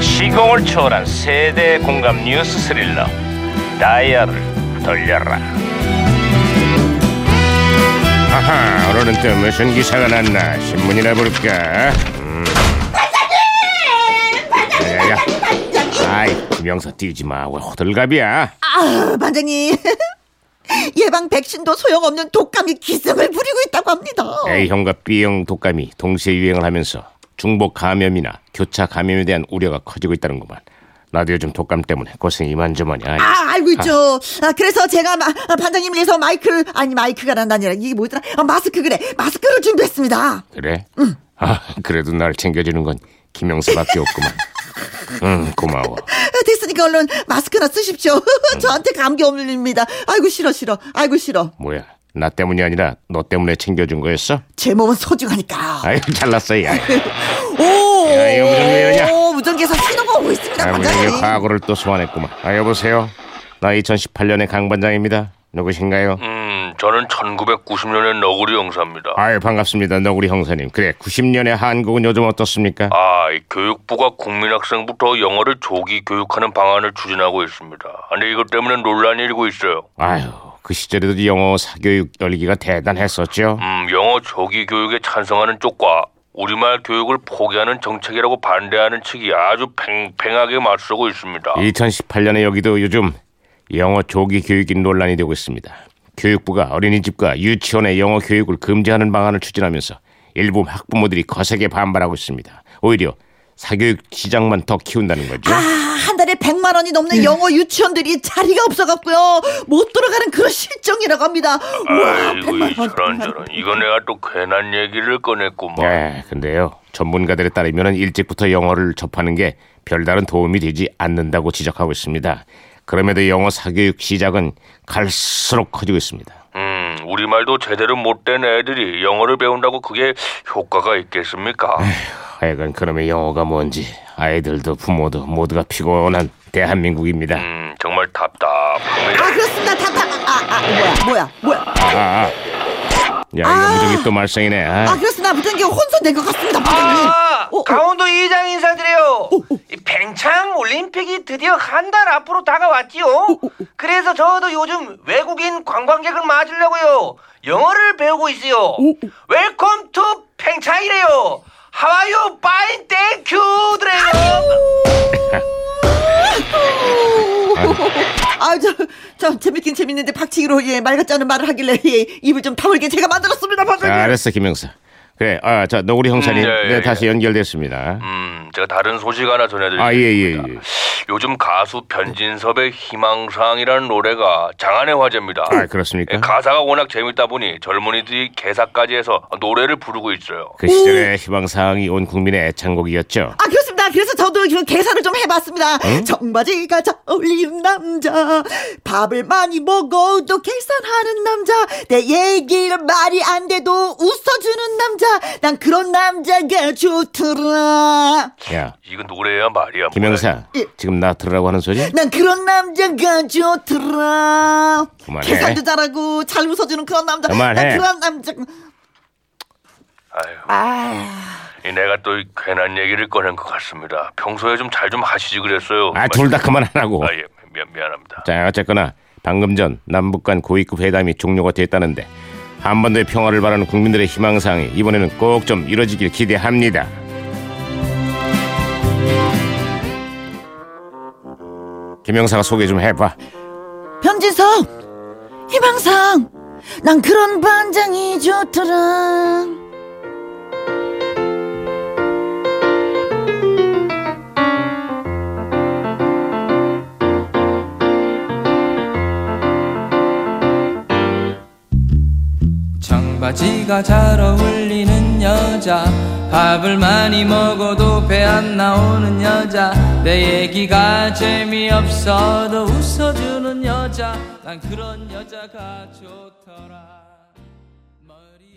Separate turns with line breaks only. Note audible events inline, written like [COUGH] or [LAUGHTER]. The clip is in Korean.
시공을 초월한 세대 공감 뉴스 스릴러 다이아를 돌려라
아하 오늘은 또 무슨 기사가 났나 신문이나 볼까 반장님 반장님 아이 김영사 뛰지 마왜 호들갑이야
아, 반장님. [LAUGHS] 예방 백신도 소용없는 독감이 기승을 부리고 있다고 합니다.
A형과 B형 독감이 동시에 유행을 하면서 중복 감염이나 교차 감염에 대한 우려가 커지고 있다는구만 나도 요즘 독감 때문에 고생이 만저만이 아이.
아, 알고 있죠. 아, 그래서 제가 마- 아, 반장님 위해서 마이크를, 아니, 마이크가 난다 아니라 이게 뭐더라? 아, 마스크 그래. 마스크를 준비했습니다.
그래? 아 그래도 날 챙겨주는 건 김영사밖에 없구만 응 고마워
아, 됐으니까 얼른 마스크나 쓰십시오. [LAUGHS] 저한테 감기 없습니다. 아이고, 싫어, 싫어. 아이고, 싫어.
뭐야 나 때문이 아니라 너 때문에 챙겨준 거였어?
제 몸은 소중하니까.
아유 잘났어 야
오!
야, 이거 무슨 일이냐?
오, 무전기에서 신호가 오고 있습니다,
아, 무슨
반장님.
이 과거를 또 소환했구만. 아, 여보세요. 나 2018년의 강 반장입니다. 누구신가요?
음 저는 1990년의 너구리 형사입니다
아유, 반갑습니다. 너구리 형사님. 그래, 90년의 한국은 요즘 어떻습니까?
아, 이 교육부가 국민학생부터 영어를 조기 교육하는 방안을 추진하고 있습니다 근데 이것 때문에 논란이 일고 있어요
아유, 그 시절에도 영어 사교육 열기가 대단했었죠.
음 영어 조기 교육에 찬성하는 쪽과 우리말 교육을 포기하는 정책이라고 반대하는 측이 아주 팽팽하게 맞서고 있습니다
2018년에 여기도 요즘 영어 조기 교육이 논란이 되고 있습니다. 교육부가 어린이집과 유치원의 영어 교육을 금지하는 방안을 추진하면서 일부 학부모들이 거세게 반발하고 있습니다. 오히려 사교육 시장만 더 키운다는 거죠.
아, 한 달에 100만 원이 넘는 영어 유치원들이 자리가 없어갖고요. 못 들어가는 그런 실정이라고 합니다. 와,
아이고
100만 원.
이런 저런 이거 내가 또 괜한 얘기를 꺼냈구만
예, 근데요. 전문가들에 따르면 일찍부터 영어를 접하는 게 별다른 도움이 되지 않는다고 지적하고 있습니다. 그럼에도 영어 사교육 시작은 갈수록 커지고 있습니다.
음, 우리말도 제대로 못된 애들이 영어를 배운다고 그게 효과가 있겠습니까?
하여간 그놈의 영어가 뭔지 아이들도 부모도 모두가 피곤한 대한민국입니다.
음, 정말 답답합니다.
아, 그렇습니다. 다, 다, 아, 아, 뭐야, 뭐야, 뭐야.
아, 아. 야, 이거 무정이 또 말썽이네.
아,
아,
그렇습니다. 무전기 혼선된 것 같습니다, 부장님.
아,
어, 어.
강원도 이장 인사드려요. 이 팽창 올림픽이 드디어 한 달 앞으로 다가왔지요. 그래서 저도 요즘 외국인 관광객을 맞으려고요. 영어를 배우고 있어요. 웰컴 투 팽창이래요. 하와이어 파인 땡큐드래요.
아, 저, 저, 재밌긴 재밌는데 박치기로, 예, 맑았지 않은 말을 하길래, 예, 입을 좀 다물게 제가 만들었습니다, 부장님.
알았어, 김영사. 그래, 아, 자, 노구리 형사님,
음, 예, 예,
네,
예.
다시 연결됐습니다.
음, 제가 다른 소식 하나 전해드릴게요.
아, 예, 예, 예.
요즘 가수 변진섭의 희망사항이라는 노래가 장안의 화제입니다.
아, 그렇습니까?
예, 가사가 워낙 재밌다 보니 젊은이들이 개사까지 해서 노래를 부르고 있어요.
그 시절의 희망사항이 온 국민의 애창곡이었죠.
아, 그렇습니다. 그래서 저도 이런 계산을 좀 해봤습니다.
어?
청바지가 잘 어울리는 남자. 밥을 많이 먹어도 계산하는 남자. 내 얘기를 말이 안 돼도 웃어주는 남자. 난 그런 남자가 좋더라.
야,
이건 노래야 말이야.
김영사
예.
지금 나 들으라고 하는 소리?
난 그런 남자가 좋더라.
그만해.
계산도 잘하고 잘 웃어주는 그런 남자.
그만해.
난 그런 남자.
아유,
아,
이 내가 또이 괜한 얘기를 꺼낸 것 같습니다. 평소에 좀 잘 좀 하시지 그랬어요.
아 둘 다 그만하라고.
아, 예, 미안, 미안합니다.
자 어쨌거나 방금 전 남북 간 고위급 회담이 종료가 됐다는데 한반도의 평화를 바라는 국민들의 희망사항이 이번에는 꼭 좀 이뤄지길 기대합니다. 김영사가 소개 좀 해봐.
변진성 희망상. 난 그런 반장이 좋더라.
청바지가 잘 어울리는 여자 밥을 많이 먹어도 배 안 나오는 여자 내 얘기가 재미없어도 웃어주는 여자 난 그런 여자가 좋더라